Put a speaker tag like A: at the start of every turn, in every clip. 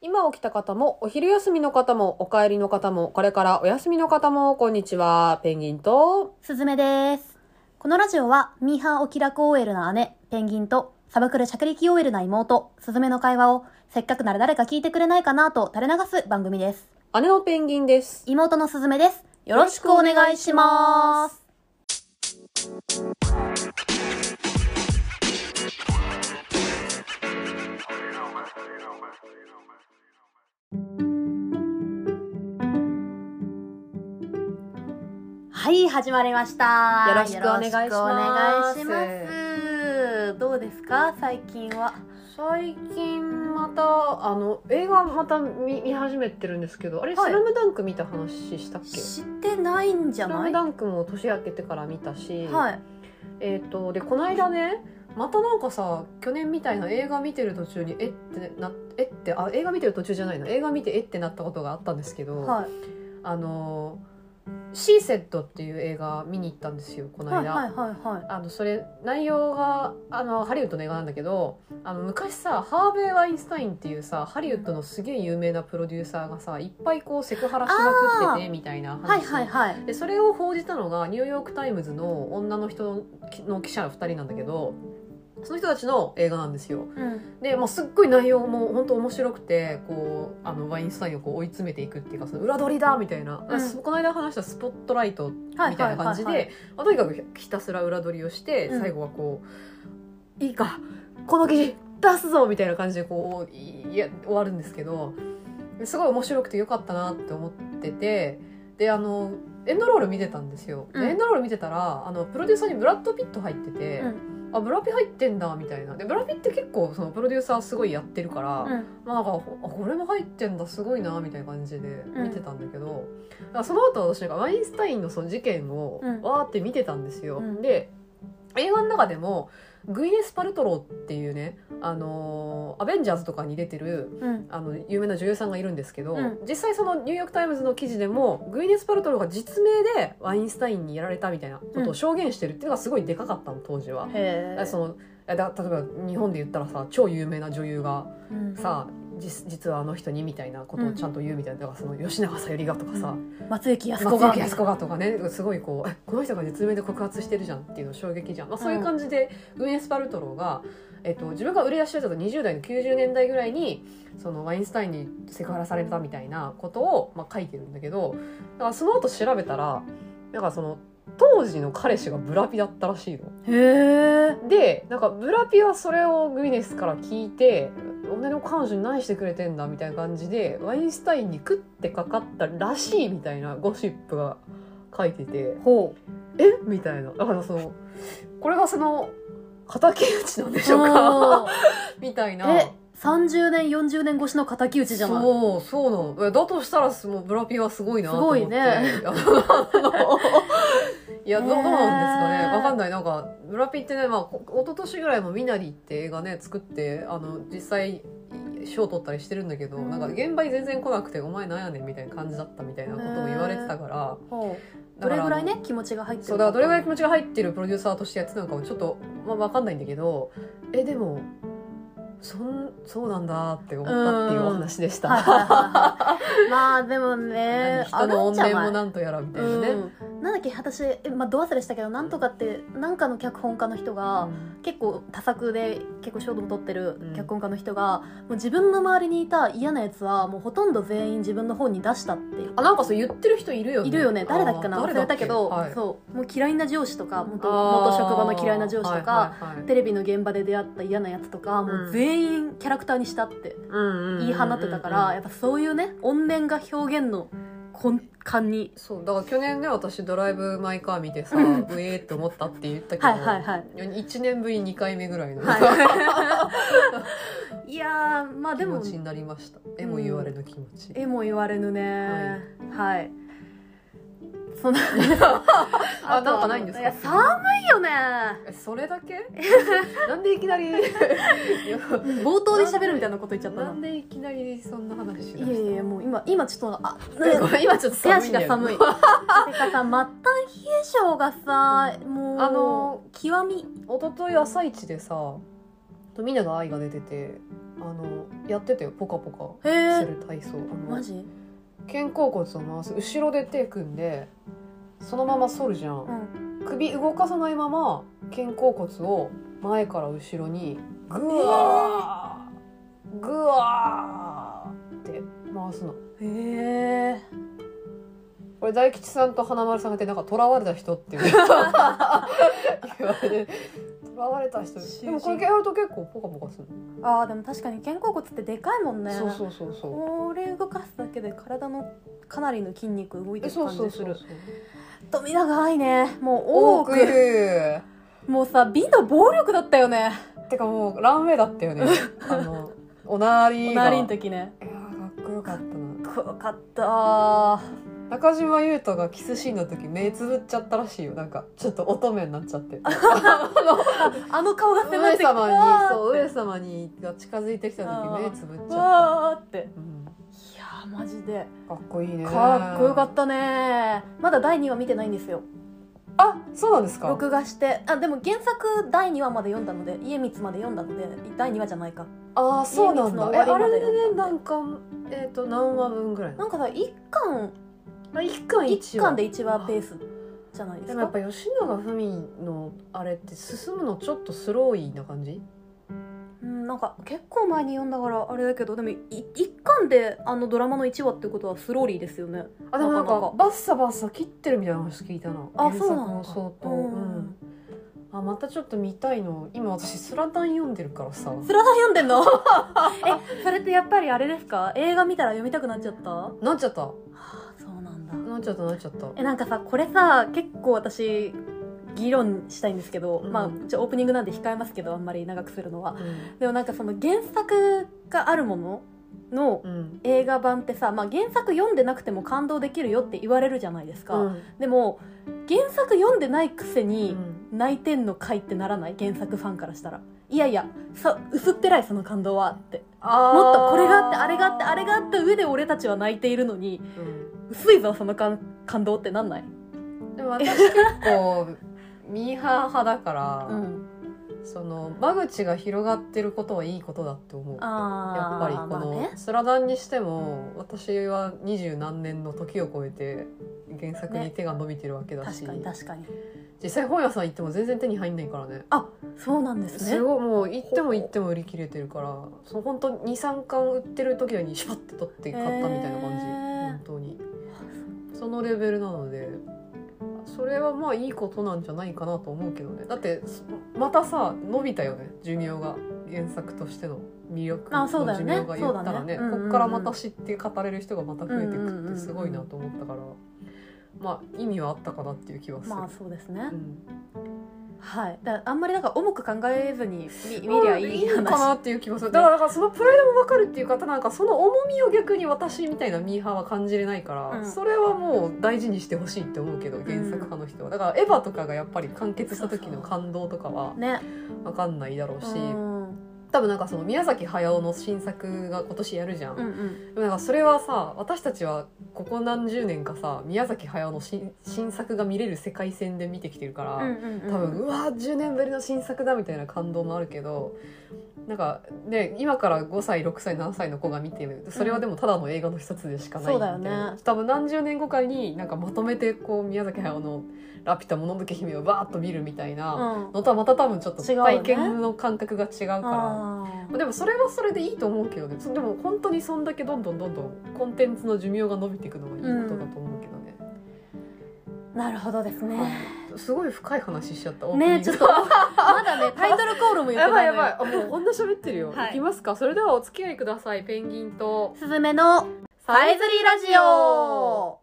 A: 今起きた方も、お昼休みの方も、お帰りの方も、これからお休みの方も、こんにちは。ペンギンと、
B: すずめです。このラジオは、ミーハーお気楽 OL な姉、ペンギンと、サブクル着陸 OL な妹、すずめの会話を、せっかくなら誰か聞いてくれないかなと垂れ流す番組です。
A: 姉のペンギンです。
B: 妹のすずめです。よろしくお願いします。はい、始まりました。
A: よろしくお願いします
B: よろくお願いしますどうですか、最近は。
A: 最近また、あの、映画また見見始めてるんですけど、あれ、
B: はい
A: スラムダンク見た話したっけス
B: 知ってないんじゃ
A: ラ
B: な
A: ム
B: い。
A: ダンクも年明けてから見たし、
B: はい。
A: えっ、と、で、この間ね、またなんかさ、去年みたいな映画見てる途中に、えってな、えって、あ、映画見てる途中じゃないの。映画見てえってなったことがあったんですけど、
B: はい。
A: あのーシーセットっていう映画見に行ったんですよこの
B: はい
A: 間、
B: はいはいは。
A: あのそれ内容があのハリウッドの映画なんだけどあの昔さハーベイ・ワインスタインっていうさハリウッドのすげえ有名なプロデューサーがさいっぱいこうセクハラしまくっててみたいない
B: はい
A: 話
B: はいはい。
A: でそれを報じたのがニューヨーク・タイムズの女の人の記者2人なんだけどその人たちの映画なんですよ。
B: うん。
A: で、まあ、すっごい内容も本当面白くてこうあのワインスタインをこう追い詰めていくっていうかその裏取りだみたいな、
B: うん
A: あそこの間話したスポットライトみ
B: は
A: た
B: い
A: い
B: は
A: ない
B: は
A: 感
B: い
A: じ
B: はい
A: で。まあとにかくひたすら裏取りをして
B: うん
A: 最後はこう、いいかこの記事出すぞみたいな感じでこういいや終わるんですけどすごい面白くてよかったなって思っててであのエンドロール見てたんですよ、で
B: うん
A: エンドロール見てたらあのプロデューサーにブラッド・ピット入ってて。
B: うん
A: あブラピ入ってんだみたいなでブラピって結構そのプロデューサーすごいやってるから、
B: うん。
A: まあなんかあこれも入ってんだすごいなみたいな感じで見てたんだけど、だからその後私なんかワインスタインのその事件を
B: うん
A: わーって見てたんですよ、
B: うん
A: で映画の中でもグイネス・パルトローっていうね、あのーアベンジャーズとかに出てる
B: うん。
A: あの有名な女優さんがいるんですけど、
B: うん
A: 実際そのニューヨーク・タイムズの記事でもグイネス・パルトローが実名でワインスタインにやられたみたいなことを証言してるっていうのがすごいでかかったの当時は。
B: へえ。
A: そのえだ例えば日本で言ったらさ超有名な女優が
B: うん。
A: さ、実実はあの人にみたいなことをちゃんと言うみたいな、だからその吉永小百合がとかさ、
B: 松雪
A: や
B: 康
A: す
B: 子
A: こ
B: が。
A: が安子がとかねすごいこうえこの人が実名で告発してるじゃんっていうの衝撃じゃん、まあ、そういう感じでグイネス・パルトローが、えっと、自分が売り出ししてた20代の90年代ぐらいにそのワインスタインにセクハラされたみたいなことを、まあ、書いてるんだけどだからその後調べたらなんかその当時の彼氏がブラピだったらしいの。
B: へえ。
A: でなんかブラピはそれをグイネスから聞いて「俺の彼女に何してくれてんだ」みたいな感じでワインスタインに食ってかかったらしいみたいなゴシップが書いてて
B: ほう。
A: 「えみたいなだからそのこれがその敵討ちなんでしょうか
B: うん。
A: みたいな。
B: え、三十年四十年越しの敵討ちじゃない。
A: そうそうなのえだとしたらすもうブラピはすごいなと思って
B: すごいね
A: あの いやど
B: ね
A: う
B: え
A: どうなんですかねわかんないなんかブラピってねまあこ一昨年ぐらいも「ミナリ」って映画ね作ってあの実際賞取ったりしてるんだけど、
B: うん
A: なんか現場に全然来なくて「お前なんやねん」みたいな感じだったみたいなことも言われてたから
B: ほう。
A: だ
B: ど
A: か
B: れ
A: ら
B: ぐらいね気持ちが入ってる
A: そうだからどれぐらい気持ちが入ってるプロデューサーとしてやってたのかもちょっと、まあ、わかんないんだけどえでもそんそうなんだって思ったっていうお話でした。
B: はいはいはいはいまあでもね
A: 人の
B: あるんじゃ
A: 怨
B: ない
A: 念もなんとやらみたいなね、
B: うん、なんだっけ私、えまあ、ど忘れしたけどなんとかってなんかの脚本家の人が、結構多作で結構賞を取ってる脚本家の人が、もう自分の周りにいた嫌なやつはもうほとんど全員自分の本に出したっていう。
A: あなんかそう言ってる人いるよね
B: いるよね誰だっけな
A: あー
B: 忘れたけど、
A: 誰だっけ
B: そうもう嫌いな上司とか元
A: はい
B: 元職場の嫌いな上司
A: あ
B: とか、
A: ーはいはいはい
B: テレビの現場で出会った嫌なやつとかもう全員キャラクターにしたって
A: うんうんうんうん
B: 言い放ってたから、やっぱそういうね怨念が表現の根幹に
A: そうだから去年ね私ドライブ・マイ・カー見てさ
B: うん
A: うえーって思ったって言ったけど
B: はいはいはい
A: 1年ぶり2回目ぐらいの、
B: はい、いやーまあ
A: 気
B: で
A: 持
B: も
A: ちになりましたえも言われぬ気持ち、
B: えも言われぬねはい、そんな
A: あ
B: あとは
A: なんかないんですか
B: や寒いよね
A: えそれだ けなんでいきなりいや
B: 冒頭で喋るみたいなこと言っちゃった
A: な
B: なん
A: でいきなりそんな話しだ
B: いやいやもう今今ちょっとあ
A: ごめん今ちょっと
B: 手
A: 寒い
B: 足
A: んだ
B: が
A: よ
B: 寒いてかさ末端冷え性がさもう
A: あの
B: 極み
A: 一昨日朝一でさ富永愛が出ててあのやってたよポカポ
B: へ
A: カす
B: え
A: る体操あの
B: マジ
A: 肩甲骨を回す後ろで手組んでそのまま反るじゃ
B: うんん
A: 首動かさないまま肩甲骨を前から後ろにグワーグワーって回すの
B: へえ
A: これ大吉さんと花丸さんが言ってなんか囚われた人 っていう言われて囚われた人
B: 囚人
A: でもこれやると結構ポカポカする
B: あーでも確かに肩甲骨ってでかいもんね
A: そうそうそうそう
B: これ動かすだけで体のかなりの筋肉動いて
A: え
B: る
A: そう
B: 感
A: そう
B: じす
A: そう
B: る
A: そう
B: 富永愛ねもう多
A: 多
B: く
A: く言
B: もうさ美の暴力だったよね
A: うてかもうランウェイだったよ ねあのおな
B: お
A: りが
B: なりの時ね
A: いやーかっこよかったな
B: かっこよかったー
A: 中島裕翔がキスシーンの時目つぶっちゃったらしいよなんかちょっと乙女になっちゃって
B: あの顔が迫
A: 上
B: ってきて
A: 様に
B: わー
A: そう上様にが近づいてきた時目つぶっちゃっ
B: わーって
A: た、うん
B: いやーマジで
A: かっこいいね
B: かっこよかったねまだ第2話見てないんですよ
A: あそうなんですか
B: 録画してあでも原作第2話まで読んだので家光まで読んだので第2話じゃないか
A: ああそうなんだ
B: 家
A: え
B: 光の
A: あ
B: 終わりま
A: れ
B: で
A: でねなんかえっ、と何話分ぐらいな
B: なんかさ1巻
A: の一巻
B: 1巻で1話ペースじゃないで
A: ですもやっ
B: か
A: ぱ吉永文のあれって進むのちょっとスローイーな感じ
B: うんなんか結構前に読んだからあれだけどでも1巻であのドラマの1話ってことはスローリーですよね
A: あでもなん
B: なかな
A: か
B: か
A: バッサバッサ切ってるみたいな話聞いたな
B: あ
A: 原
B: そう
A: 作
B: なの
A: の
B: か
A: 相当
B: うん
A: うんあまたちょっと見たいの今私「スラダン」読んでるからさ
B: スラダン読んでんの えそれってやっぱりあれですか映画見たら読みたくなっちゃったあ
A: なっちゃった
B: そうなんだ
A: なっちゃったなっちゃった
B: えなんかさこれさ結構私議論したいんですけど、
A: うん
B: まあちょオープニングなんで控えますけどあんまり長くするのは
A: う
B: でもなんかその原作があるものの
A: んうん
B: 映画版ってさ、まあ、原作読んでなくても感動できるよって言われるじゃないですか、
A: うん
B: でも原作読んでないくせ
A: う
B: に
A: ん
B: 泣いてんのかいってならない原作ファンからしたらいやいやさ薄っぺらいその感動はってもっとこれがあってあれがあってあれがあった上で俺たちは泣いているのに
A: うん
B: 薄いぞその感感動ってなんない、
A: でも私結構ミーハー派だから、
B: ん、
A: その間口が広がってることはいいことだって思うやっ
B: あ
A: ぱり
B: ー
A: こ
B: まあね
A: の「スラダン」にしても私は二十何年の時を超えて原作に手が伸びてるわけだし、
B: 確かに確かに
A: 実際本屋さん行っても全然手に入んないからね
B: あそうなんですね
A: すごいもう行っても行っても売り切れてるからその本当に23巻売ってる時にシュパッて取って買ったみたいな感じ、
B: へー
A: 本当にそのレベルなのでそれはまあいいことなんじゃないかなと思うけどねだってそまたさ伸びたよね寿命が原作としての魅力
B: あ
A: の
B: そうだよ
A: 寿
B: ね
A: 命が言ったらね
B: そうだねうんうんうん
A: こっからまた知って語れる人がまた増えてい
B: うんうんう
A: く
B: んう
A: っ
B: ん
A: てすごいなと思ったから、まあ意味はあったかなっていう気はする。
B: まあそうですね、
A: うん
B: はいだあんまりなんか重く考えずに見見りゃいい
A: のか
B: 話
A: なっていう気もするだからだからそのプライドも分かるっていう方なんかその重みを逆に私みたいなミーハーは感じれないから、
B: うん
A: それはもう大事にしてほしいって思うけど原作派の人はだからエヴァとかがやっぱり完結した時の感動とかは
B: ね
A: 分かんないだろうし、
B: うん
A: 多分なんかその宮崎駿の新作が今年やるじゃん、
B: うんうん
A: でもなんかそれはさ私たちはここ何十年かさ宮崎駿の新新作が見れる世界線で見てきてるから、
B: うんうんうん
A: 多分うわー10年ぶりの新作だみたいな感動もあるけどなんかね今から5歳6歳7歳の子が見てそれはでもただの映画の一つでしかない
B: う
A: み
B: ん
A: たい
B: そうだよ
A: な、
B: ね
A: 多分何十年後かになんかまとめてこう宮崎駿の「ラピュタもののけ姫」をバーッと見るみたいな
B: うん
A: のとはまた多分ちょっと
B: 違うよね
A: 体験の感覚が違うから。
B: あー
A: でもそれはそれでいいと思うけどねそでも本当にそんだけどんどんどんどんコンテンツの寿命が伸びていくのはいいことだと思うけどね、
B: なるほどですね
A: すごい深い話しちゃった
B: ねちょっとまだねタイトルコールも言っ
A: や
B: て
A: ば
B: ないい
A: や
B: のよ
A: ばい。あもうこんな喋ってるよ。
B: はい
A: い、きますか。それではお付き合いください。ペンギンと
B: すずめのさえずりラジオ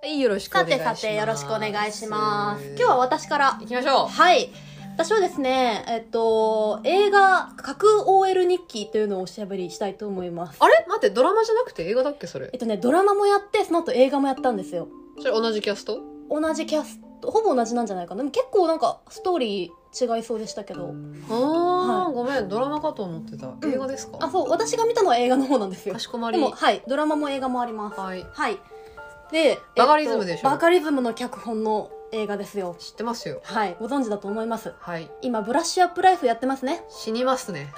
A: はい、よろしくお
B: さ
A: 願い
B: て
A: しま
B: さ
A: す。
B: てよろしくお願いします今日は私から
A: 行きましょ
B: はい私はですねえっと映画架空 OL 日記というのをおしゃべりしたいと思います
A: う。あれ待って、ドラマじゃなくて映画だっけそれ
B: え。っとねドラマもやってその後映画もやったんですよ
A: それ同じキャスト
B: 同じキャストほぼ同じなんじゃないかなでも結構なんかストーリー違いそうでしたけど
A: ああ、ごめん、ドラマかと思ってた。映画ですか、
B: あそう私が見たのは映画の方なんですよ
A: かしこま
B: で
A: り。
B: もはいドラマも映画もあります
A: はい。
B: はいで
A: バカリズムでしょ
B: えっとバカリズムの脚本の映画ですよ
A: 知ってますよ
B: はいご存知だと思います
A: はい
B: 今ブラッシュアップライフやってま すね
A: 死にますね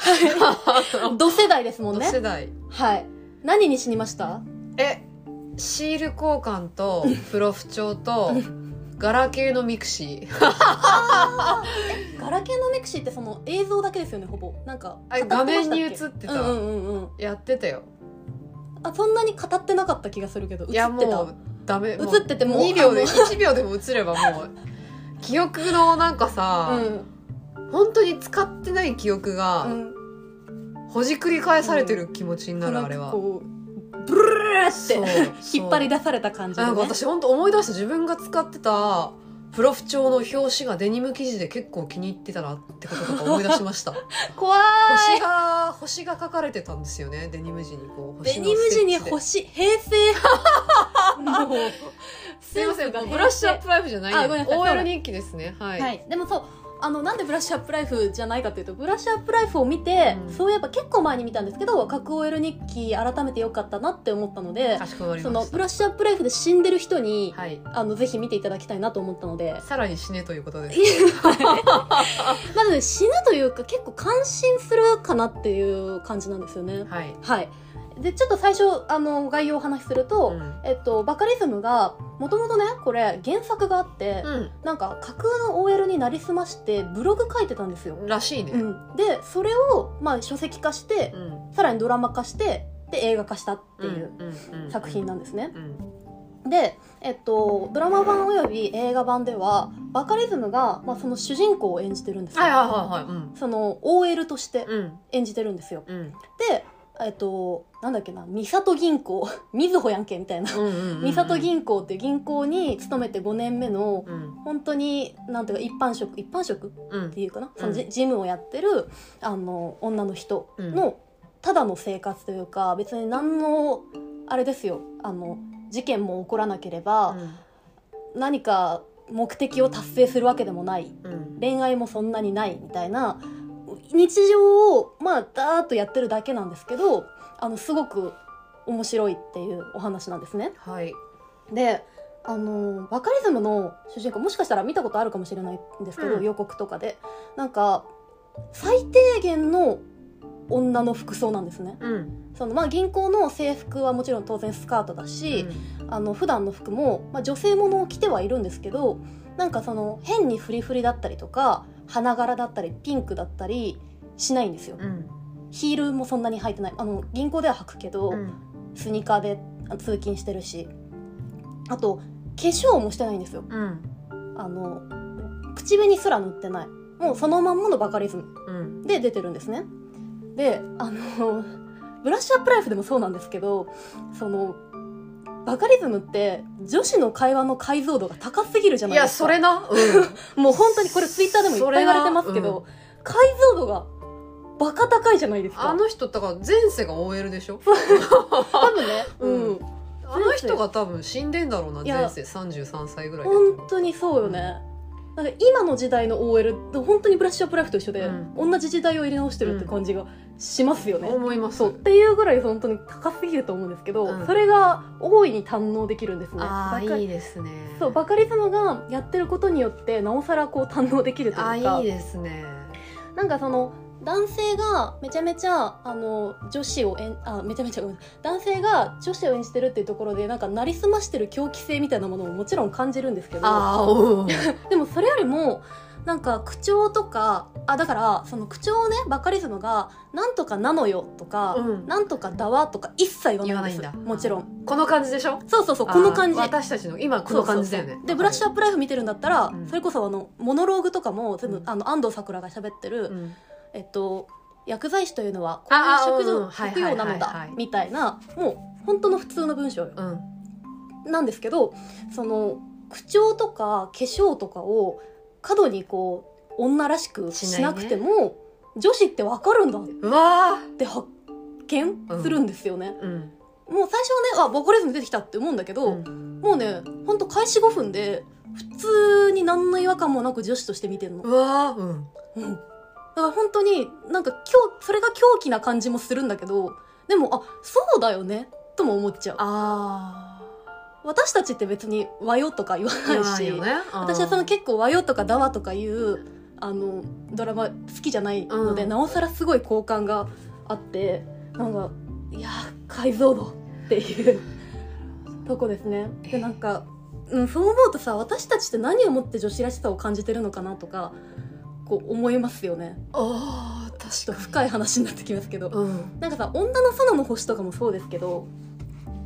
B: 同世代ですもん
A: 同
B: ね
A: 世代
B: はい何に死にました
A: えシール交換とプロフ帳とガラケーのミクシー
B: ガラケーのミクシーってその映像だけですよねほぼなんか
A: あ
B: 語
A: 画
B: ってまし
A: 面
B: たっ
A: に
B: け
A: 映ってた、
B: うんうんうんうん
A: やってたよ
B: あそんなに語ってなかった気がするけど映っ
A: い
B: てた
A: やもうダメ
B: 映っててもう
A: 2秒で
B: あ
A: 1秒でも映ればもう記憶のなんかさ、
B: うん
A: 本当に使ってない記憶が
B: うん
A: ほじくり返されてる気持ちになる、
B: なん
A: あれ
B: か
A: は
B: こうブルルルルって
A: そう
B: 引っ張り出された感じで、
A: なん
B: ね、
A: か私本当思い出した自分が使ってたプロフ帳の表紙がデニム生地で結構気に入ってたなってこととか思い出しました
B: 怖い
A: 星が星が書かれてたんですよねデニム地にこう
B: デ
A: 星の
B: ニム地に
A: ステッチで
B: 星平成 もう
A: すいません
B: センスが
A: もうブラッシュアップライフじゃない
B: あごめんなさい
A: OL 日記ですねはい、
B: はい、でもそうあのなんでブラッシュアップライフじゃないかっていうとブラッシュアップライフを見て、
A: うん
B: そういえば結構前に見たんですけど格好 OL 日記改めて良かったなって思ったので
A: かしこまり
B: そ
A: ま
B: の
A: し
B: ブラッシュアップライフで死んでる人に、
A: たはい
B: あのぜひ見ていただきたいなと思った ので
A: さらに死ねということです
B: まず、ね、死ぬというか結構感心するかなっていう感じなんですよね。
A: はい、
B: はい、でちょっと最初あの概要をお話しすると、
A: うん
B: えっと、バカリズムがもともとねこれ原作があって、なんか架空の OL になりすましてブログ書いてたんですよ
A: う、ん、らしいね、
B: うんでそれを、まあ、書籍化して、
A: うん
B: さらにドラマ化してで映画化したっていうん
A: うん
B: 作品なんですね、
A: うん
B: で、えっと、ドラマ版および映画版ではバカリズムが、まあ、その主人公を演じてるんですよ、
A: はいはいはいはいうん
B: その OL として
A: うん
B: 演じてるんですよ
A: うん
B: でえっとなんだっけな三里銀行 みずほやんけみたいな
A: うんうんうん
B: 三里銀行っていう銀行に勤めて5年目の
A: うん
B: 本当になんていうか一般職一般職っ
A: うん
B: ていうかなそのじ
A: う
B: 事務をやってるあの女の人のただの生活というか別に何のあれですよあの事件も起こらなければ何か目的を達成するわけでもない
A: うん
B: 恋愛もそんなにないみたいな日常をまあダーッとやってるだけなんですけどあのすごく面白いっていうお話なんですね。
A: はい
B: であのバカリズムの主人公もしかしたら見たことあるかもしれないんですけど、
A: うん
B: 予告とかでなんか最低限の女の服装なんですね
A: うん
B: その、まあ、銀行の制服はもちろん当然スカートだし、あの普段の服も、まあ、女性ものを着てはいるんですけどなんかその変にフリフリだったりとか花柄だったりピンクだったりしないんですよ、
A: うん
B: ヒールもそんなに履いてないあの銀行では履くけど、
A: うん
B: スニーカーであ通勤してるしあと化粧もしてないんですよ
A: うん
B: あの口紅すら塗ってないもうそのまんまのバカリズム
A: うん
B: で出てるんですねであのブラッシュアップライフでもそうなんですけどそのバカリズムって女子の会話の解像度が高すぎるじゃ
A: い
B: ないで
A: や
B: すか
A: それな う
B: もう本当にこれツイッターでもいっぱい言われてますけど、解像度がバカ高いじゃないです
A: んあ
B: か
A: の人だから前世が OL でし ょ
B: 多分ね、
A: うん
B: うん、
A: あの人が多分死んでんだろうない
B: や
A: 前世33歳ぐらいだと
B: 本当にそうよね、なんか今の時代の OL って本当にブラッシュアップライフと一緒で、
A: う
B: 同じ時代を入れ直してるって感じがしますよね、
A: 思います
B: そうっていうぐらい本当に高すぎると思うんですけど、
A: うん
B: それが大いに堪能できるんですね
A: あ
B: バカ
A: あいいですね
B: そうバカリズムがやってることによってなおさらこう堪能できると
A: あ
B: いう
A: ー
B: か
A: いいですね
B: なんかその男性がめちゃめちゃあの女子を演あめちゃめちゃごめん男性が女子を演じてるっていうところでなんかなりすましてる狂気性みたいなものももちろん感じるんですけど
A: ああうん
B: でもそれよりもなんか口調とかあだからその口調をねバカリズムが「なんとかなのよ」とか
A: うん
B: なんとかだわ」とか一切言わないんです
A: 言わないんだ
B: もちろん
A: この感じでしょ
B: そうそうそうこの感じ
A: あー私たちの今この感じだよ
B: そう
A: ね
B: そうそうでブラッシュアップライフ見てるんだったら、
A: うん
B: それこそあのモノローグとかも全部、
A: うん
B: あの安藤サクラが喋ってる、
A: うん
B: えっと薬剤師というのはこう
A: あ
B: いう
A: あうんうんはい
B: 職業
A: はい
B: 職業なの
A: はい
B: だ
A: はい
B: みたいなもう本当の普通の文章よ
A: うん
B: なんですけどその口調とか化粧とかを過度にこう女らしくしなくても、女子ってわかるんだっ
A: うわー
B: て発見するんですよね、
A: うん
B: もう最初はねあボコリズム出てきたって思うんだけど、
A: うん
B: もうねほんと開始5分で普通に何の違和感もなく女子として見てるの、
A: うわーうん
B: うんだから本当になんか狂それが狂気な感じもするんだけどでもあそうだよねとも思っちゃう
A: あ
B: 私たちって別に和よとか言わないし
A: 言わないよねうん
B: 私はその結構和よとかだわとかいうあのドラマ好きじゃないので、
A: うん
B: なおさらすごい好感があってなんかいやー解像度っていう とこですね。でなんか、うん、そう思うとさ私たちって何をもって女子らしさを感じてるのかなとかこう思いますよね。
A: あ
B: ち
A: ー
B: ょっ
A: 確
B: と
A: か
B: 深い話になってきますけど。
A: にうん
B: なんかさ「女の園の星」とかもそうですけど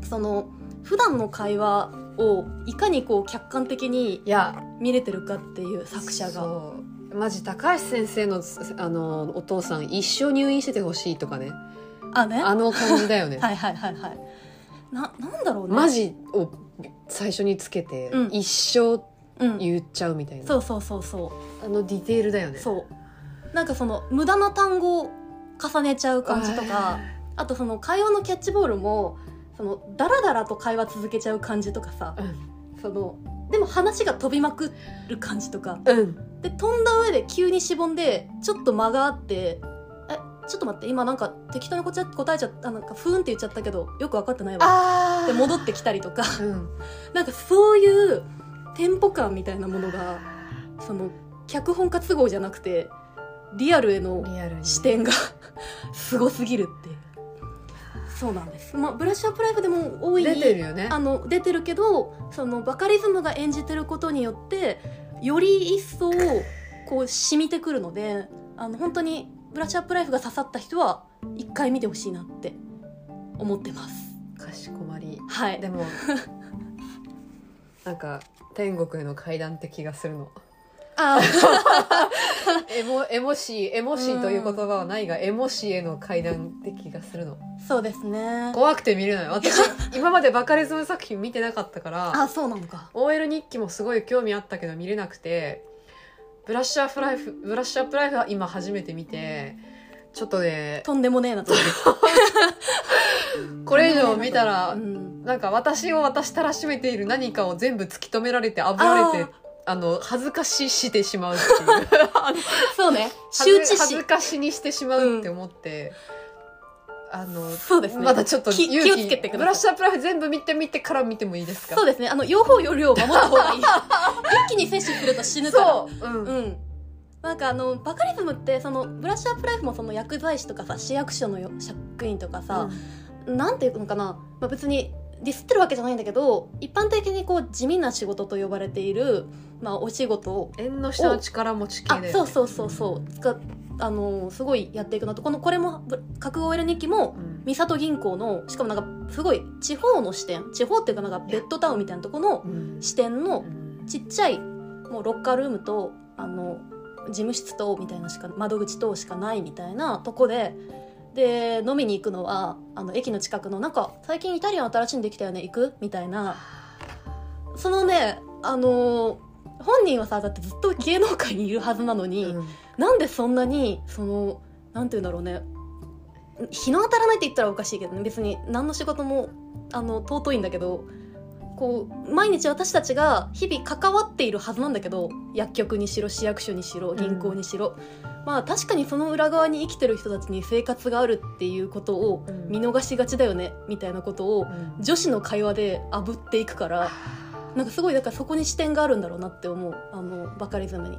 B: その普段の会話をいかにこう客観的
A: い
B: に
A: や
B: 見れてるかっていう作者が
A: そうマジ高橋先生のあのお父さん一生入院しててほしいとかね
B: あね
A: あの感じだよね、
B: はいはいはいはいななんだろうね
A: マジを最初につけて
B: うん
A: 一生
B: うん
A: 言っちゃうみたいな、
B: そうそうそうそ
A: あのディテールだよ
B: う
A: ね
B: そうなんかその無駄な単語を重ねちゃう感じとかあとその会話のキャッチボールもそのダラダラと会話続けちゃう感じとかさ
A: うん
B: そのでも話が飛びまくる感じとか
A: うん
B: で飛んだ上で急にしぼんでちょっと間があって「えちょっと待って今なんか適当にこっち答えちゃったなんかふーんって言っちゃったけどよく分かってないわ」
A: あ
B: で戻ってきたりとか
A: うん
B: なんかそういうテンポ感みたいなものがその脚本家都合じゃなくてリアルへの
A: リアルに
B: 視点が すごすぎるっていうそうなんです、まあ、ブラッシュアップライフでも多い
A: 出てるよね
B: あの出てるけどそのバカリズムが演じてることによってより一層こう染みてくるのであの本当にブラッシュアップライフが刺さった人は一回見てほしいなって思ってます
A: かしこまり
B: はい
A: でも なんか天国への階段って気がする の
B: あー
A: エモエモシーエモシーという言葉はないがエモシーへの階段って気がするの
B: そうですね
A: 怖くて見れない 私今までバカリズム作品見てなかったから
B: あそうなのか
A: OL 日記もすごい興味あったけど見れなくてブラッシュアップライフブラッシュアップライフは今初めて見てちょっとね
B: とんでもねえなと思って
A: これ以上見た
B: う
A: ら
B: ん、
A: なんか私を私たらしめている何かを全部突き止められてあぶられ
B: あー
A: てあの恥ずかししてしまうっていうあの
B: そうね 羞
A: 恥ず
B: 恥
A: 恥ず
B: 心
A: かしにしてしまうって思って、あの
B: そうですね
A: まだちょっと
B: き
A: 勇
B: 気をつけてください
A: ブラッシュアップライフ全部見てみてから見てもいいですか
B: そうですねあの両方よりを守った方 がいい一気に摂取すると死ぬから
A: そう、うん
B: うん、なんかあのバカリズムってそのブラッシュアップライフもその薬剤師とかさ市役所のよ職員とかさ、なんていうのかな、まあ、別にディスってるわけじゃないんだけど一般的にこう地味な仕事と呼ばれている、まあ、お仕事を
A: 縁の下の力持ち系
B: あ
A: で
B: そうそうそうそうがあのすごいやっていくなとこのこれもぶ「覚悟 OL 日記」も
A: うん
B: 三郷銀行のしかもなんかすごい地方の視点地方っていうかなんかベッドタウンみたいなとこの
A: うん
B: 視点の
A: うん
B: ちっちゃいもうロッカールームとあの事務室とみたいなしか窓口としかないみたいなとこでで飲みに行くのはあの駅の近くのなんか最近イタリアン新しいのできたよね行くみたいなそのねあの本人はさだってずっと芸能界にいるはずなのに、
A: うん
B: なんでそんなにそのなんて言うんだろうね日の当たらないって言ったらおかしいけどね別に何の仕事もあの尊いんだけどこう毎日私たちが日々関わっているはずなんだけど薬局にしろ市役所にしろ銀行にしろ、まあ確かにその裏側に生きてる人たちに生活があるっていうことを
A: うん
B: 見逃しがちだよねみたいなことを
A: うん
B: 女子の会話であぶっていくからなんかすごいだからそこに視点があるんだろうなって思うあのバカリズムに。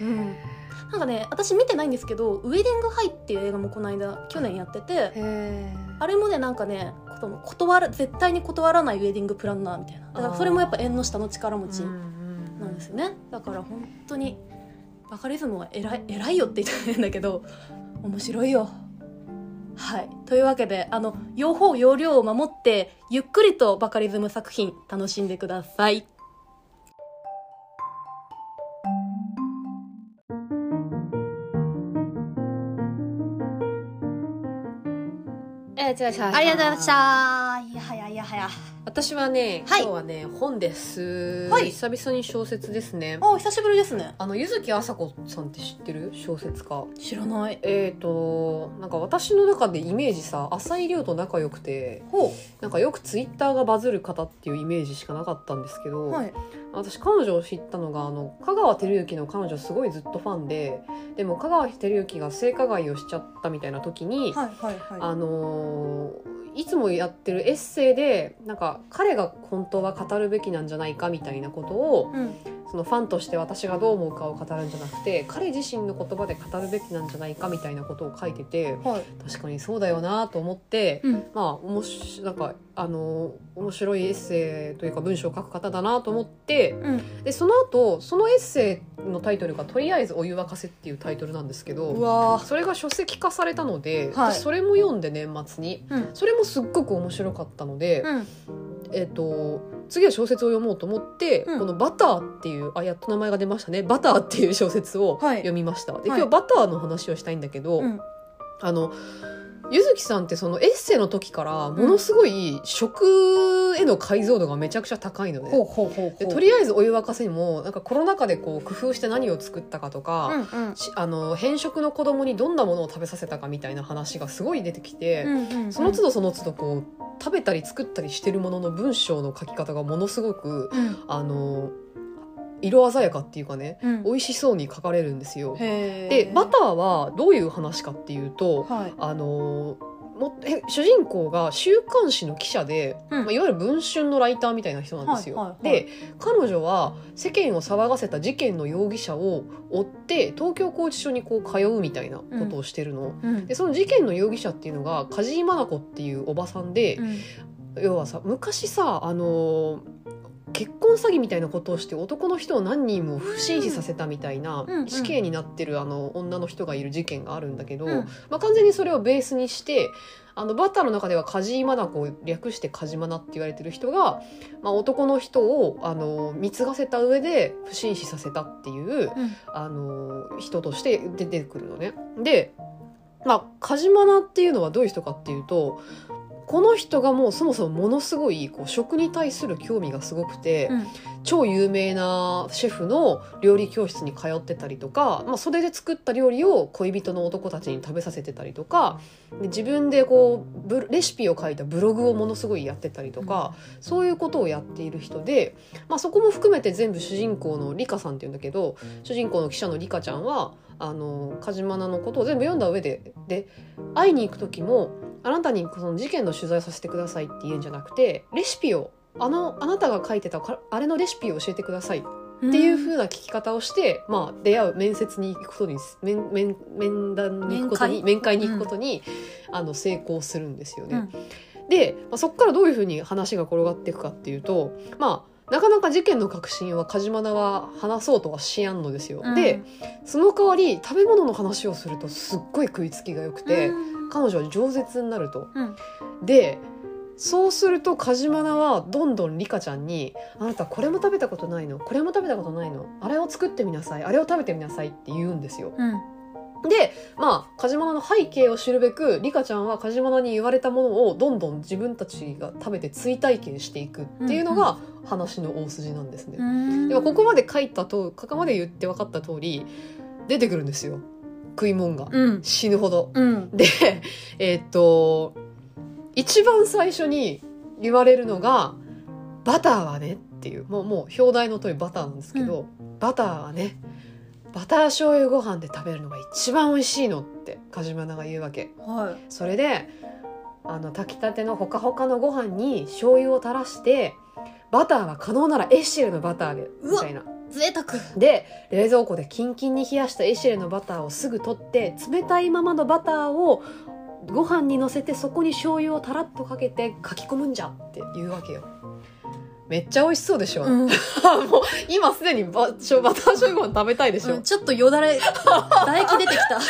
A: 偉いよね
B: うん、なんかね私見てないんですけど「ウェディング・ハイ」っていう映画もこの間去年やってて
A: へ
B: あれもねなんかねその断ら絶対に断らないウェディングプランナーみたいなだからそれもやっぱ縁の下の力持ちなんですよね、だから本当にバカリズムは偉い偉いよって言ってるんだけど面白いよはいというわけであの用法用量を守ってゆっくりとバカリズム作品楽しんでください
A: えじゃあじゃ
B: ありがとうございましたいやはやいやはや
A: 私はね、
B: はい
A: 今日はね本です、
B: はい
A: 久々に小説ですね
B: お久しぶりですね
A: あの柚木麻子さんって知ってる小説家
B: 知らない
A: えー、となんか私の中でイメージさ浅井亮と仲良くて
B: ほ
A: なんかよくツイッターがバズる方っていうイメージしかなかったんですけど、
B: はい。
A: 私彼女を知ったのがあの香川照之の彼女すごいずっとファンででも香川照之が性加害をしちゃったみたいな時に、
B: はいはいはい。
A: あのーいつもやってるエッセイでなんか彼が本当は語るべきなんじゃないかみたいなことを
B: うん
A: そのファンとして私がどう思うかを語るんじゃなくて彼自身の言葉で語るべきなんじゃないかみたいなことを書いてて
B: はい
A: 確かにそうだよなと思って。
B: うん
A: まあ、おもしなんかあの面白いエッセイというか文章を書く方だなと思って
B: うん
A: でその後そのエッセイのタイトルが「とりあえずお湯沸かせ」っていうタイトルなんですけど
B: うわ
A: それが書籍化されたので、
B: はい
A: 私それも読んで年末に
B: ーうん
A: それもすっごく面白かったので、
B: うん
A: えっ、と次は小説を読もうと思って、
B: うん
A: この「バター」っていうあやっと名前が出ましたね「バター」っていう小説を
B: はい
A: 読みました、で
B: は
A: 今
B: い
A: 日バターの話をしたいんだけど、
B: うん
A: あのゆずきさんってそのエッセイの時からものすごい食への解像度がめちゃくちゃ高いので,、
B: ほうほうほうほう
A: でとりあえずお湯沸かせにもなんかコロナ禍でこう工夫して何を作ったかとか、
B: うんうん
A: しあの偏食の子供にどんなものを食べさせたかみたいな話がすごい出てきて、
B: うんうんうん
A: その都度その都度こう食べたり作ったりしてるものの文章の書き方がものすごく
B: うん
A: あの色鮮やかっていうかね
B: うん
A: 美味しそうに書かれるんですよ。
B: へー
A: でバターはどういう話かっていうと
B: はい
A: あのもえ主人公が週刊誌の記者で、
B: うん
A: まあ、いわゆる文春のライターみたいな人なんですよ。
B: はいはいはい
A: で彼女は世間を騒がせた事件の容疑者を追って東京拘置所にこう通うみたいなことをしてるの。
B: うん
A: でその事件の容疑者っていうのが梶井愛子っていうおばさんで
B: う、ん
A: 要はさ昔さあのー結婚詐欺みたいなことをして男の人を何人も不審死させたみたいな
B: うんうん
A: 死刑になってるあの女の人がいる事件があるんだけど、
B: うん
A: まあ、完全にそれをベースにしてあのバッターの中では梶井愛子を略して梶マナって言われてる人が、まあ、男の人をあの貢がせた上で不審死させたっていう
B: うん
A: あの人として出てくるのね。で、まあ、カジマナっていうのはどういう人かっていうとこの人がもうそもそもものすごいこう食に対する興味がすごくて、
B: うん
A: 超有名なシェフの料理教室に通ってたりとか、まあ、それで作った料理を恋人の男たちに食べさせてたりとかで自分でこうブレシピを書いたブログをものすごいやってたりとか、そういうことをやっている人で、まあ、そこも含めて全部主人公のリカさんっていうんだけど主人公の記者のリカちゃんはあのカジマナのことを全部読んだ上でで会いに行く時もあなたにその事件の取材させてくださいって言うんじゃなくてレシピをあのあなたが書いてたかあれのレシピを教えてくださいっ
B: って
A: いう風な聞き方をして、まあ、出会う面接に行くことに面面面談に行くことに面
B: 面
A: 会
B: 会
A: に行くことに、あの成功するんですよね。
B: うん
A: で、まあ、そこからどういうふうに話が転がっていくかっていうと、まあ、なかなか事件の確信は梶間田は話そうとはしやんのですよ。でその代わり食べ物の話をするとすっごい食いつきが良くて。
B: うん
A: 彼女は饒舌になると。
B: うん
A: でそうするとカジマナはどんどんリカちゃんに「あなたこれも食べたことないのこれも食べたことないのあれを作ってみなさいあれを食べてみなさい」って言うんですよ。
B: うん
A: でまあカジマナの背景を知るべくリカちゃんはカジマナに言われたものをどんどん自分たちが食べて追体験していくっていうのが話の大筋なんですね。
B: うん
A: でもここまで書いたとここまで言って分かった通り出てくるんですよ食い物が、
B: うん
A: 死ぬほど。
B: うん
A: で、えーっと、一番最初に言われるのが、バターはねっていう、もう、もう表題の通りバターなんですけど、バターはね、バター醤油ご飯で食べるのが一番美味しいのって、カジマナが言うわけ。
B: は
A: それで、あの、炊きたてのほかほかのご飯に醤油を垂らして、バターは可能ならエシェルのバターで、
B: う
A: み
B: わ
A: たいない
B: 贅沢
A: で冷蔵庫でキンキンに冷やしたエシレのバターをすぐ取って冷たいままのバターをご飯にのせてそこに醤油をたらっとかけてかき込むんじゃって言うわけよめっちゃ美味しそうでしょ、
B: うん
A: もう今すでにバしょバター醤油ご飯食べたいでしょ、
B: うんちょっとよだれ唾液出てき た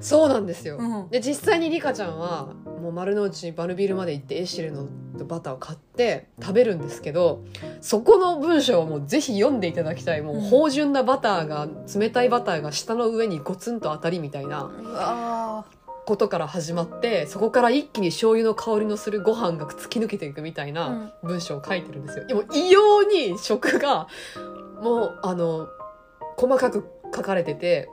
A: そうなんですよ、
B: うん
A: で実際にリカちゃんはもう丸の内バルビルまで行ってエシレのバターを買って食べるんですけどそこの文章をもうぜひ読んでいただきたいもう芳醇なバターが冷たいバターが舌の上にゴツンと当たりみたいな
B: うわ
A: ことから始まってそこから一気に醤油の香りのするご飯が突き抜けていくみたいな文章を書いてるんですよ。でも異様に食がもうあの細かく書かれてて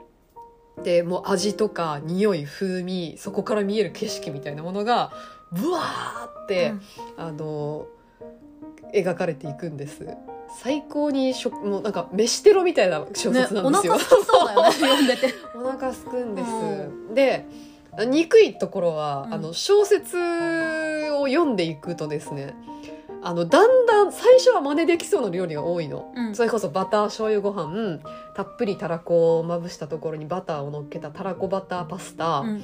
A: でもう味とか匂い風味そこから見える景色みたいなものがブワーって、
B: うん
A: あの描かれていくんです。最高に食もうなんか飯テロみたいな小
B: ね
A: 説な
B: お
A: んですよ。
B: 腹すきそうだよね読んでて
A: お腹すくんです、
B: う
A: で憎いところは、
B: うん
A: あの小説を読んでいくとですねあのだんだん最初は真似できそうな料理が多いの、
B: うん
A: それこそバター醤油ご飯たっぷりたらこをまぶしたところにバターを乗っけたたらこバターパスタ
B: うん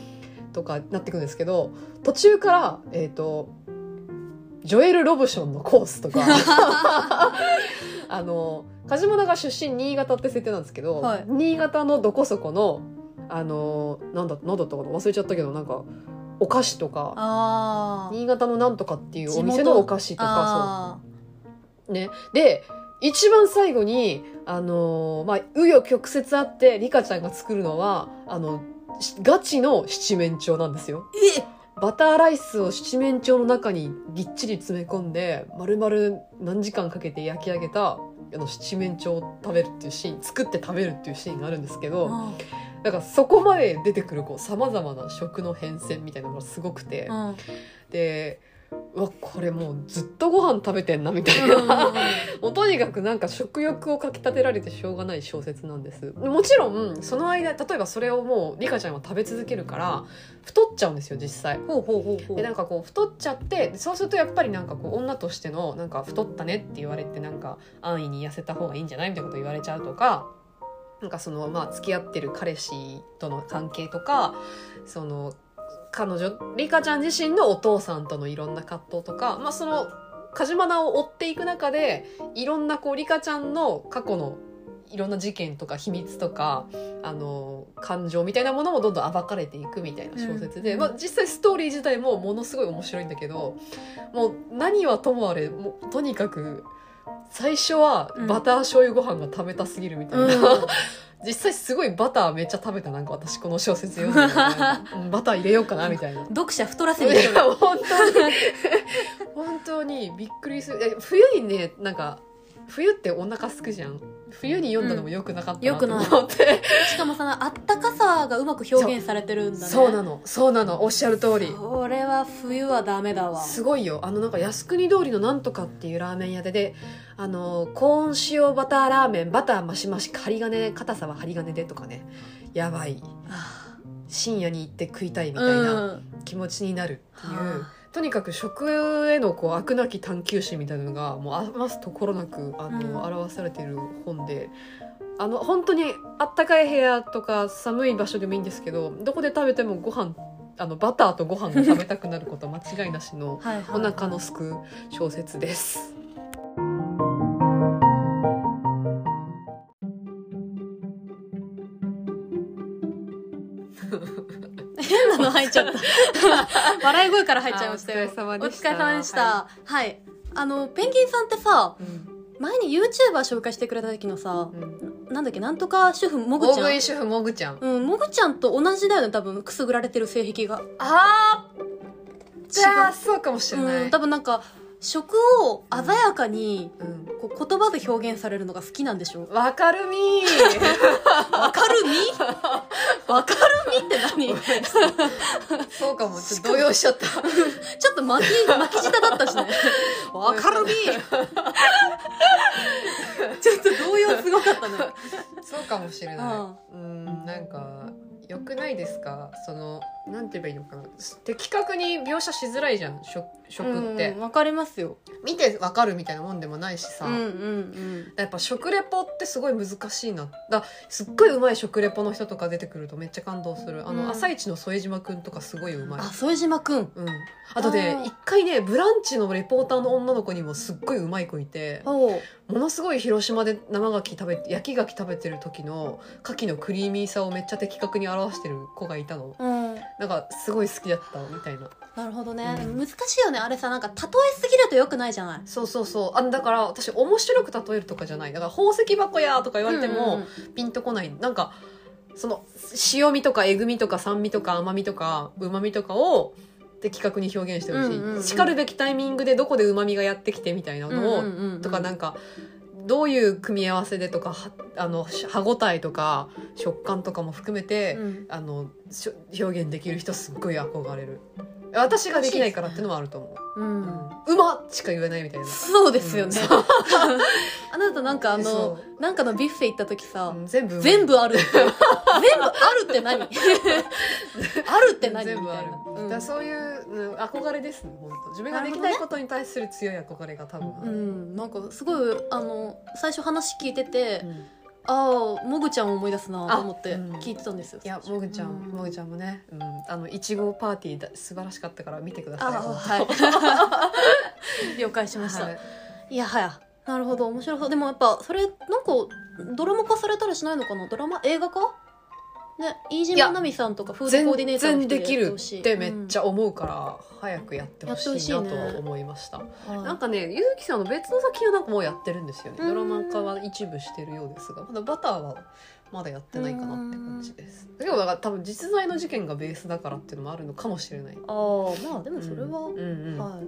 A: とかなってくんですけど途中からえっ、とジョエル・ロブションのコースと かあの梶本が出身新潟って設定なんですけど、
B: はい
A: 新潟のどこそこのあのなんだなんだったかな忘れちゃったけどなんかお菓子とか
B: あー
A: 新潟のなんとかっていうお
B: 地
A: 店
B: 元
A: のお菓子とか
B: あ
A: そうねで一番最後にあのまあ紆余曲折あってリカちゃんが作るのはあのしガチの七面鳥なんですよ。
B: ーえ
A: バターライスを七面鳥の中にぎっちり詰め込んで丸々何時間かけて焼き上げたあの七面鳥を食べるっていうシーン作って食べるっていうシーンがあるんですけど
B: あ
A: だからそこまで出てくるさまざまな食の変遷みたいなのがすごくて
B: ーうん
A: でうわこれもうずっとご飯食べてんなみたい
B: うん
A: な もうとにかくなんか食欲をかきたてられてしょうがない小説なんですもちろんその間例えばそれをもうリカちゃんは食べ続けるから太っちゃうんですよ実際。
B: ほうほうほうほう
A: でなんかこう太っちゃってでそうするとやっぱりなんかこう女としてのなんか太ったねって言われてなんか安易に痩せた方がいいんじゃないみたいなこと言われちゃうとか。なんかそのまあ付き合ってる彼氏との関係とかその彼女リカちゃん自身のお父さんとのいろんな葛藤とか、まあ、そのカジマナを追っていく中でいろんなこうリカちゃんの過去のいろんな事件とか秘密とかあの感情みたいなものもどんどん暴かれていくみたいな小説で、
B: うん
A: まあ、実際ストーリー自体もものすごい面白いんだけどもう何はともあれもうとにかく最初はバター醤油ご飯が食べたすぎるみたいな、
B: うん
A: 実際すごいバターめっちゃ食べたなんか私この小説読んで、 ね、バター入れようかなみたいな。
B: 読者太らせ
A: い
B: る人
A: や
B: が
A: 本当に本当にびっくりするいや冬にねなんか冬ってお腹すくじゃん冬に読んだのもよくなかったなと思って、
B: しかもそのあったかさがうまく表現されてるんだね
A: そうなのそうなのおっしゃる通り
B: これは冬はダメだわ
A: すごいよあのなんか靖国通りのなんとかっていうラーメン屋でであのコーン塩バターラーメンバターマシマシ針金硬さは針金でとかねやばい
B: あ
A: 深夜に行って食いたいみ
B: ー
A: たいな、
B: うん
A: 気持ちになるっていう、
B: はあ
A: とにかく食へのこう悪なき探求心みたいなのがもう余すところなくあの、
B: うん
A: 表されている本で。あの本当にあったかい部屋とか寒い場所でもいいんですけどどこで食べてもご飯あのバターとご飯が食べたくなること間違いなし の
B: はいはい
A: お腹のすく小説です。
B: 変なの入っち ゃった笑い声から入っちゃいました
A: あ
B: よ
A: お疲れ様でした
B: お疲れ様でしたはい、あのペンギンさんってさ
A: うん
B: 前に YouTuber 紹介してくれた時のさ
A: うん、
B: なんだっけなんとか主婦もぐ
A: 大
B: ちゃ
A: 食
B: ん
A: い主婦もぐちゃん。
B: うん、もぐちゃんと同じだよね多分くすぐられてる性癖が
A: あーじゃ
B: 違
A: あそうかもしれない。
B: う、
A: うんん
B: 多分なんか食を鮮やかにこう言葉で表現されるのが好きなんでしょ
A: わかるみー
B: わかるみ わかるみって何
A: そうかもちょっと動揺しちゃった。
B: ちょっと巻き巻き舌だったしねわ かるみちょっと動揺すごかったね
A: そうかもしれない。うん、なんか良くないですか？そのなんて言えばいいのかな。的確に描写しづらいじゃん。食食って
B: うん、わかりますよ
A: 見てわかるみたいなもんでもないしさ。
B: うんうん
A: やっぱ食レポってすごい難しいなだすっごいうまい食レポの人とか出てくるとめっちゃ感動するあの、
B: うん
A: 朝一の副島くんとかすごいう
B: う
A: ま
B: ん
A: い
B: あ副島くん
A: うんあと
B: あ
A: ね
B: ー
A: 一回ね「ブランチ」のレポーターの女の子にもすっごいうまい子いて
B: おう
A: ものすごい広島で生牡蠣食べて焼き牡蠣食べてる時の牡蠣のクリーミーさをめっちゃ的確に表してる子がいたの
B: うん
A: なんかすごい好きだったみたいな
B: なるほどね、
A: うん
B: 難しいよねあれさなんか例えすぎるとよくないじゃない
A: そうそうそうあだから私面白く例えるとかじゃないだから宝石箱やとか言われて
B: うん
A: も
B: うん
A: ピンとこないなんかその塩味とかえぐみとか酸味とか甘みとかうまみとかを的確に表現してほしい、
B: うんうんうん
A: 叱るべきタイミングでどこでうまみがやってきてみたいな
B: うん
A: のを
B: うんうんうん
A: とかなんかどういう組み合わせでとかはあの歯ごたえとか食感とかも含めて、
B: うん
A: あのしょ表現できる人すっごい憧れる私ができないからっていうのもあると思う
B: うん
A: うん、うまっしか言えないみたいな。
B: そうですよね、
A: う
B: あなたなんかあの
A: そう
B: なんかのビュッフェ行った時さ、
A: うん全部。
B: 全部ある 全部あるって何あるって何
A: 全部ある
B: みたい。
A: だ
B: な
A: からそういう、うん憧れですね、本当。自分ができないことに対する強い憧れが多分あ
B: う
A: る。
B: ん、なんかすごいあの最初話聞いてて、
A: うん
B: ああもぐちゃんを思い出すなと思って
A: あうん
B: 聞いてたんですよ、
A: いや、もぐちゃん、もぐちゃんもね、うん、あの、いちごパーティーだ素晴らしかったから見てくだ
B: あ
A: さい。
B: あ
A: 本当
B: は い 了解しました、
A: はいい、
B: やはやなるほど面白そうでもやっぱそれなんかドラマ化されたりしないのかなドラマ映画化ね飯島奈美さんとかフードコーディネ
A: 全
B: ーター
A: 然で
B: の人
A: き
B: やって
A: る
B: ほしい
A: ってめっち
B: ゃ、
A: ゃ思うから、早くやってほしいなとは思いました、
B: うん
A: なんかねゆうきさんの別の作品はなんかもうやってるんですよね
B: うん
A: ドラマ化は一部してるようですがまだバターはまだやってないかなって感じですでもだから多分実在の事件がベースだからっていうのもあるのかもしれない
B: あーまあでもそれは、
A: うんうんうん
B: はい。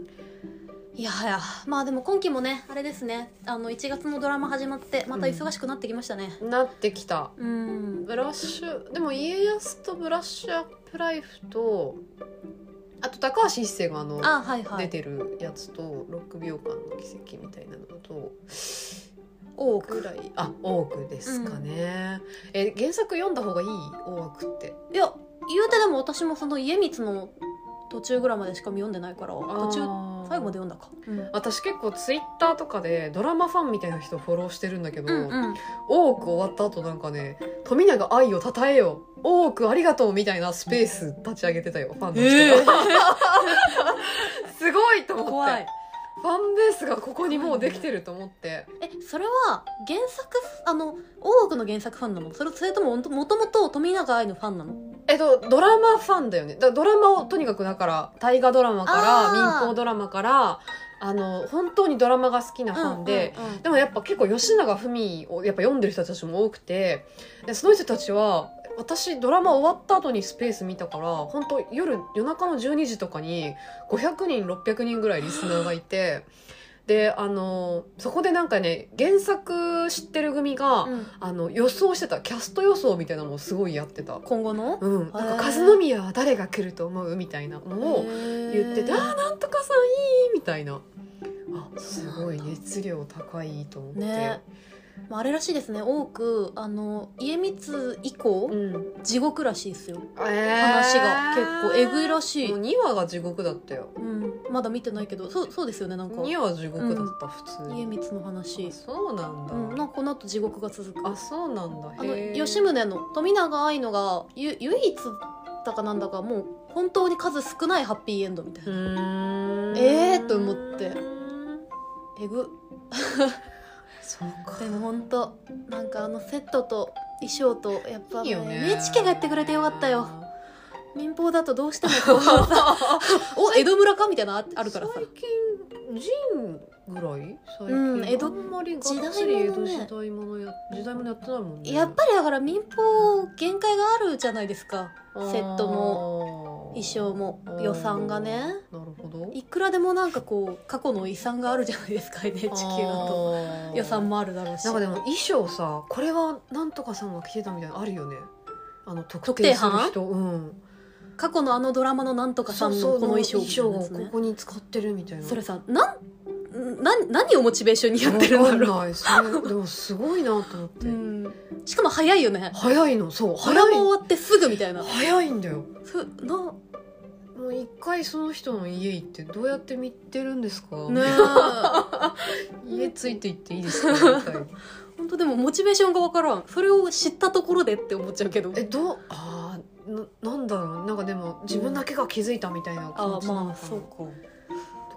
B: いやはや、まあでも今期もね、あれですね、あの1月のドラマ始まって、また忙しくなってきましたね。
A: なってきた
B: うん。
A: ブラッシュでも家康とブラッシュアップライフとあと高橋一生があの
B: あ、はいは
A: 出
B: い。
A: てるやつと6秒間の奇跡みたいなのと
B: 多
A: く
B: く。
A: らいあ多くですかね、え原作読んだ方がいい大枠って
B: いや、言うてでも私もその家光の途中ぐらいまでしか読んでないから、途中最後まで読んだか。うん。
A: 私結構ツイッターとかでドラマファンみたいな人フォローしてるんだけど、
B: うんうん、
A: 多く終わった後なんかね「富永愛をたたえよ多くありがとう」みたいなスペース立ち上げてたよファンの人が、 すごいと思って
B: 怖い
A: ファンベースがここにもうできてると思って、
B: えそれは原作あの大奥の原作ファンなのそれそれとももともと富永愛のファンなの
A: えっとドラマファンだよねだからドラマをとにかくだから大河ドラマか
B: あー
A: ら民放ドラマからあの本当にドラマが好きなファンで、
B: うんうんうん
A: でもやっぱ結構吉永文をやっぱ読んでる人たちも多くてでその人たちは私ドラマ終わった後にスペース見たから本当夜夜中の12時とかに500人600人ぐらいリスナーがいてであのそこでなんかね原作知ってる組が、
B: うん
A: あの予想してたキャスト予想みたいなのをすごいやってた。
B: 今後の
A: うん、なんか
B: へー
A: 和宮は誰が来ると思うみたいなのを言ってて「あーなんとかさんいい」みたいなあすごい熱量高いと思って、
B: ねまあ、あれらしいですね多くあの家光以降、
A: うん、
B: 地獄らしいですよ話
A: 話
B: が結構えぐいらしい、
A: もう2話が地獄だったよ
B: うん、まだ見てないけどそうそうですよねなんか
A: 2
B: 家
A: 話地獄だった、普通に
B: 光の話
A: あ、そうなんだ、
B: うん、なんかこの後地獄が続く
A: あそうなんだ
B: あの
A: へー
B: 吉宗の富永愛のがゆ唯一だかなんだかもう本当に数少ないハッピーエンドみたいうな、
A: ーん
B: えーと思ってえぐ
A: そうか
B: でも本当なんかあのセットと衣装とやっぱ、
A: いいよね
B: NHK がやってくれてよかっ たよ民放だとどうしてもこうさお江戸村かみたいなのああるからさ
A: 最近ジンぐらい最近、
B: うん江戸
A: あんまりがっつり江戸
B: 時
A: 時
B: 代
A: 代ものや時代ものやってないもんね
B: やっぱりだから民放限界があるじゃないですかセットも
A: も
B: 衣装も予算がね
A: なるほど
B: いくらでもなんかこう過去の遺産があるじゃないですか NHK だと
A: あー
B: 予算もあるだろうし
A: なんかでも衣装さこれはなんとかさんが着てたみたいなのあるよねあの特
B: 定
A: 定する
B: 班
A: 人うん
B: 過去のあのドラマのなんとかさんのこの衣装
A: 衣装
B: み
A: を
B: たいなや
A: こ
B: つね
A: こに使ってるみたいな
B: それさなんな何をモチベーションにやってるんだ
A: わ
B: ろう、
A: かんないそれでもすごいなと思って、
B: うん、しかも早いよね
A: 早いのそう
B: ド
A: 早
B: ラ
A: い
B: マ終わってすぐみたいな
A: 早いんだよ
B: そうな
A: もう一回その人の家行ってどうやって見てるんですか、
B: ねえ
A: 家ついて行っていいですか みたいな
B: 本当でもモチベーションがわからんそれを知ったところでって思っちゃうけど
A: えどうあーななんだろうなんかでも自分だけが気づいたみたいな
B: あ
A: 感じなのかな、
B: まあそうか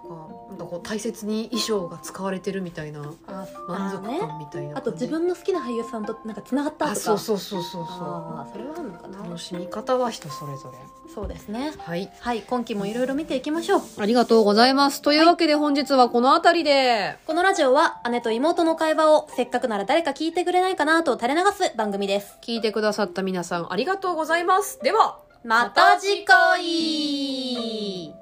A: とかなんかこう大切に衣装が使われてるみたいな
B: あ
A: 満足
B: ね
A: 感みたいな感じ、
B: あと自分の好きな俳優さんとなんかつながったとか
A: あそうそうそうそうそ
B: あーそれはあるのか
A: う
B: な
A: 楽しみ方は人それぞれ
B: そうですね
A: はい
B: はい今期もいろいろ見ていきましょう
A: ありがとうございますというわけで本日はこの辺りで、
B: このラジオは姉と妹の会話をせっかくなら誰か聞いてくれないかなと垂れ流す番組です
A: 聞いてくださった皆さんありがとうございますでは
B: また次回